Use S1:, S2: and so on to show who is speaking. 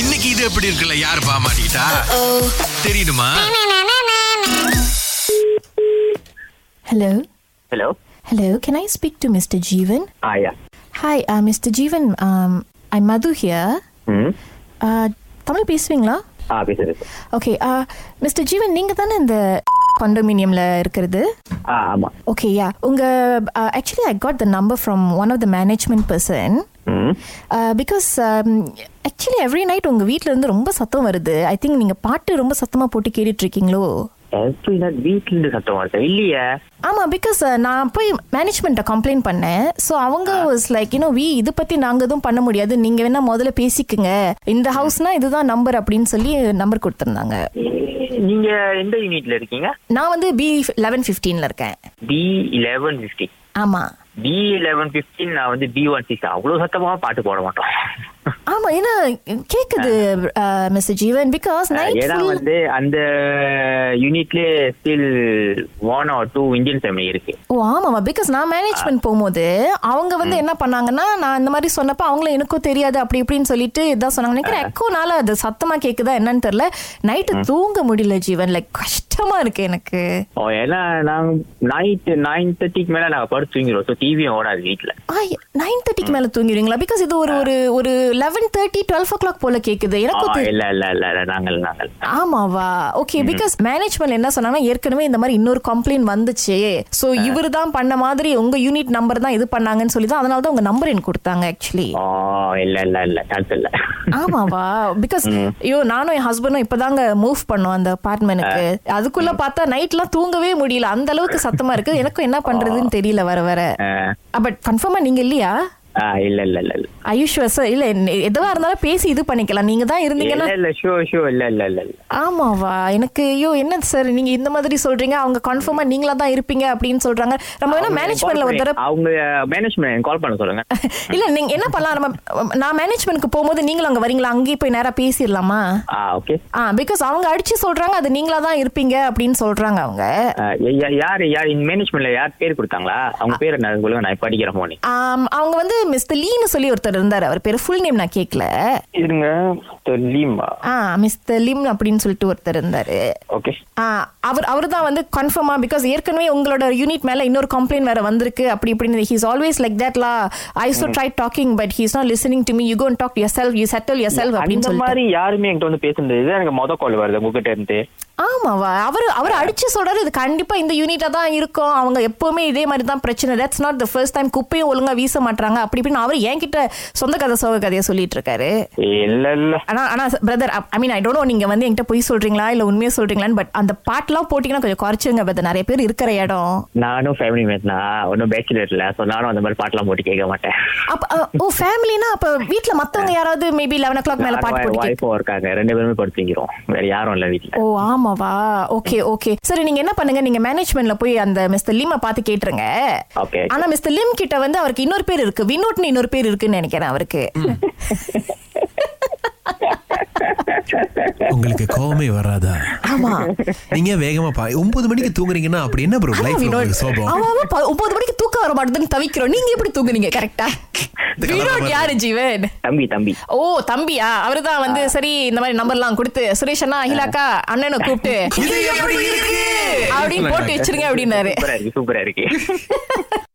S1: இன்னைக்கு இது எப்படி இருக்குல்ல யார் பாமாட்டா தெரியுமா
S2: Hello.
S3: Hello.
S2: Hello. Can I speak to Mr. Jeevan?
S3: Ah, yeah.
S2: Hi, uh, Mr. Jeevan. Um, I'm Madhu here.
S3: ம்
S2: Uh, தமிழ் பேசுவீங்களா uh,
S3: ஆ பேசுறது
S2: ஓகே மிஸ்டர் ஜீவன் நீங்கள் தானே இந்த கண்டோமினியமில் இருக்கிறது
S3: ஆ ஆமாம்
S2: ஓகே யா உங்கள் actually I got the number from one of the management person
S3: hmm
S2: because actually every night உங்கள் வீட்டிலேருந்து ரொம்ப சத்தம் வருது ஐ திங்க் நீங்கள் பாட்டு ரொம்ப சத்தமாக போட்டு கேட்டுட்டு இருக்கீங்களோ
S3: எவ்ரி நாள் வீட்ல இருந்து சத்தம் வருது இல்லையே
S2: ஆமாம் பிகாஸ் நான் போய் மேனேஜ்மெண்ட்டை கம்ப்ளைண்ட் பண்ணேன் ஸோ அவங்க வாஸ் லைக் யூனோ வி இது பற்றி நாங்கள் எதுவும் பண்ண முடியாது நீங்கள் வேணால் முதல்ல பேசிக்குங்க இந்த ஹவுஸ்னா இதுதான் நம்பர் அப்படின்னு சொல்லி நம்பர் கொடுத்துருந்தாங்க
S3: நீங்க எந்த யூனிட்ல இருக்கீங்க
S2: நான் வந்து பி லெவன் ஃபிஃப்டீனில் இருக்கேன்
S3: பி லெவன் பிப்டி
S2: ஆமாம்
S3: பி லெவன் பிப்டின் நான் வந்து பி ஒன் சிக்ஸ் அவ்வளோ சத்தமாக பாட்டு போட மாட்டோம்
S2: ஆமா ஏன்னா கேக்குது மிஸ்டர் ஜீவன் பிகாஸ் நைட்
S3: ஏன்னா வந்து அந்த யூனிட்ல still one or two Indian family இருக்கு
S2: ஓ ஆமாமா பிகாஸ் நான் மேனேஜ்மெண்ட் போகும்போது அவங்க வந்து என்ன பண்ணாங்கன்னா நான் இந்த மாதிரி சொன்னப்ப அவங்களும் எனக்கும் தெரியாது அப்படி இப்படின்னு சொல்லிட்டு இதான் சொன்னாங்க நினைக்கிறேன் எக்கோனால அது சத்தமா கேக்குதா என்னன்னு தெரியல நைட்டு தூங்க முடியல ஜீவன் லைக் கஷ்டமா இருக்கு எனக்கு
S3: ஓ ஏன்னா நாங்கள் நைட் நைன் தேர்ட்டிக்கு மேலே நாங்கள் படுத்து தூங்கிடுவோம் ஸோ டிவியும் ஓடாது வீட்டில்
S2: நைன் தேர்ட்டிக்கு மேல தூங்கிடுவீங்களா பிகாஸ் இது ஒரு ஒரு ஒரு eleven thirty twelve o'clock போல கேக்குது எனக்கும் தெ-
S3: இல்லை இல்லை இல்லை இல்லை நாங்கள் நாங்கள்
S2: ஆமாவா ஓகே பிகாஸ் மேனேஜ்மெண்ட் என்ன சொன்னாங்கன்னா ஏற்கனவே இந்த மாதிரி இன்னொரு கம்ப்ளைண்ட் வந்துச்சு சோ இவரு தான் பண்ண மாதிரி உங்க யூனிட் நம்பர் தான் இது பண்ணாங்கன்னு சொல்லி தான் அதனால தான் உங்க நம்பர் எனக்கு கொடுத்தாங்க ஆக்சுவலி
S3: ஓ இல்லை இல்லை இல்லை சான்ஸ் இல்லை
S2: ஆமாவா பிகாஸ் ஐயோ நானும் என் ஹஸ்பண்டும் இப்பதாங்க மூவ் பண்ணோம் அந்த அபார்ட்மெண்ட்டுக்கு அதுக்குள்ள பார்த்தா நைட்லாம் தூங்கவே முடியல அந்த அளவுக்கு சத்தமா இருக்கு எனக்கும் என்ன பண்றதுன்னு தெரியல வர வர பட் கன்ஃபார்மா நீங்க இல்லையா
S3: ஆ இல்லை இல்லை இல்லை இல்லை
S2: ஐயுஷ்வர் சார் இல்ல என்ன- எதுவா இருந்தாலும் பேசி இது பண்ணிக்கலாம் நீங்க தான் இருந்தீங்கன்னா
S3: இல்ல இல்ல ஷோ ஷோ இல்ல இல்ல இல்ல இல்ல
S2: ஆமாவா எனக்கு ஐயோ என்ன சார் நீங்க இந்த மாதிரி சொல்றீங்க அவங்க கன்ஃபார்மா நீங்களா தான் இருப்பீங்க அப்படின்னு சொல்றாங்க நம்ம வேணா மேனேஜ்மெண்ட்ல ஒரு தடவை
S3: அவங்க மேனேஜ்மெண்ட் கால் பண்ண சொல்லுங்க
S2: இல்ல நீங்க என்ன பண்ணலாம் நம்ம நான் மேனேஜ்மெண்ட்க்கு போகும்போது நீங்களும் அங்க வரீங்களா அங்கேயே போய் நேரா பேசிடலாமா
S3: ஆ ஓகே
S2: ஆ பிகாஸ் அவங்க அடிச்சு சொல்றாங்க அது நீங்களா தான் இருப்பீங்க அப்படின்னு சொல்றாங்க அவங்க
S3: யார் யார் இந்த மேனேஜ்மெண்ட்ல யார் பேர் கொடுத்தாங்களா அவங்க பேர் என்ன சொல்லுங்க நான் இப்ப அடிக்கிறேன் போனே
S2: ஆம், அவங்க வந்து மிஸ்டர் லீன்னு சொல்லி ஒருத்தர் இருந்தார் அவர் பேர் ஃபுல் நேம் நான் கேட்கல
S3: இருங்க லீமா
S2: ஆ மிஸ்டர் லிம் அப்படின்னு சொல்லிட்டு ஒருத்தர் இருந்தாரு
S3: ஓகே
S2: ஆ, அவர் அவர் தான் வந்து கன்ஃபார்மா பிகாஸ் ஏற்கனவே உங்களோட யூனிட் மேல இன்னொரு கம்ப்ளைண்ட் வேற வந்திருக்கு அப்படி இப்படின்னு he's always like that lah I so try talking but he's not listening to me you gonna talk yourself you settle yourself அப்படின்னு
S3: அந்த
S2: சொல்லிட்டு
S3: மாதிரி யாருமே என்கிட்ட வந்து பேசுனது இல்லை. எனக்கு மொத கால் வருது உங்ககிட்ட இருந்து
S2: ஆமாவா அவர் அவர் அடிச்சு சொல்றாரு இது கண்டிப்பா இந்த யூனிட்டா தான் இருக்கும் அவங்க எப்பவுமே இதே மாதிரி தான் பிரச்சனை that's not the first time குப்பையும் ஒழுங்கா வீச மாட்டாங்க அப்படி இப்படின்னு அவர் என்கிட்ட சொந்த கதை சோக கதையை சொல்லிட்டு இருக்காரு
S3: இல்ல இல்ல
S2: ஆனா ஆனா brother I mean I don't know நீங்க வந்து என்கிட்ட பொய் சொல்றீங்களா இல்ல உண்மையா சொல்றீங்களான்னு பட் அந்த பாட்டுலாம் போட்டீங்கன்னா கொஞ்சம் குறைச்சிருங்க பிரதர் நிறைய பேர் இருக்கிற இடம்
S3: நானும் ஃபேமிலி மேட் தான் ஒன்றும் பேச்சுலர் இல்ல ஸோ நானும் அந்த மாதிரி பாட்டெல்லாம் போட்டு கேட்க மாட்டேன்
S2: அப்ப அஹ், ஓ ஃபேமிலினா அப்ப வீட்ல மத்தவங்க யாராவது மேபி லெவன் ஓ கிளாக் மேல பாட்டு போட்டு கேக்கு-
S3: வாய்ப்பும் இருக்காங்க ரெண்டு பேருமே படுத்துக்கிறோம் வேற யாரும் இல்ல வீட்டுல
S2: ஓ ஆமாவா ஓகே ஓகே சரி நீங்க என்ன பண்ணுங்க நீங்க மேனேஜ்மெண்ட்ல போய் அந்த மிஸ்டர் லிம் பார்த்து கேட்டுருங்க
S3: Okay.
S2: ஆனா மிஸ்டர் லிம் கிட்ட வந்து அவருக்கு இன்னொரு பேர் இருக்கு வினோட்னு இன்னொரு பேர் இருக்குன்னு நினைக்கிறேன் அவருக்கு
S1: உங்களுக்கு கோவமே வராதா
S2: ஆமா
S1: நீங்க வேகமா பா ஒன்பது மணிக்கு தூங்குறீங்கன்னா அப்படி என்ன ப்ரோ
S2: ஆமா,
S1: லைஃப்
S2: வினோட்.
S1: சோபம்
S2: அவன் அவன் ப- ஒன்பது மணிக்கு தூக்கம் வர மாட்டேதுன்னு தவிக்கிறோம் நீங்க எப்படி தூங்குனீங்க கரெக்டா
S1: இந்த கதை
S2: வினோட்
S1: மாதிரி.
S2: யாரு ஜீவன்
S3: தம்பி தம்பி
S2: ஓ தம்பியா அவர்தான் வந்து சரி இந்த மாதிரி நம்பர்லாம் கொடுத்து சுரேஷ் அண்ணா அகிலாக்கா அண்ணனை கூப்பிட்டு
S1: இது எப்படி இருக்கு
S2: அப்படின்னு போட்டு வச்சிருங்க அப்படின்னாரு
S3: சூப்பரா இருக்கு சூப்பரா இருக்கு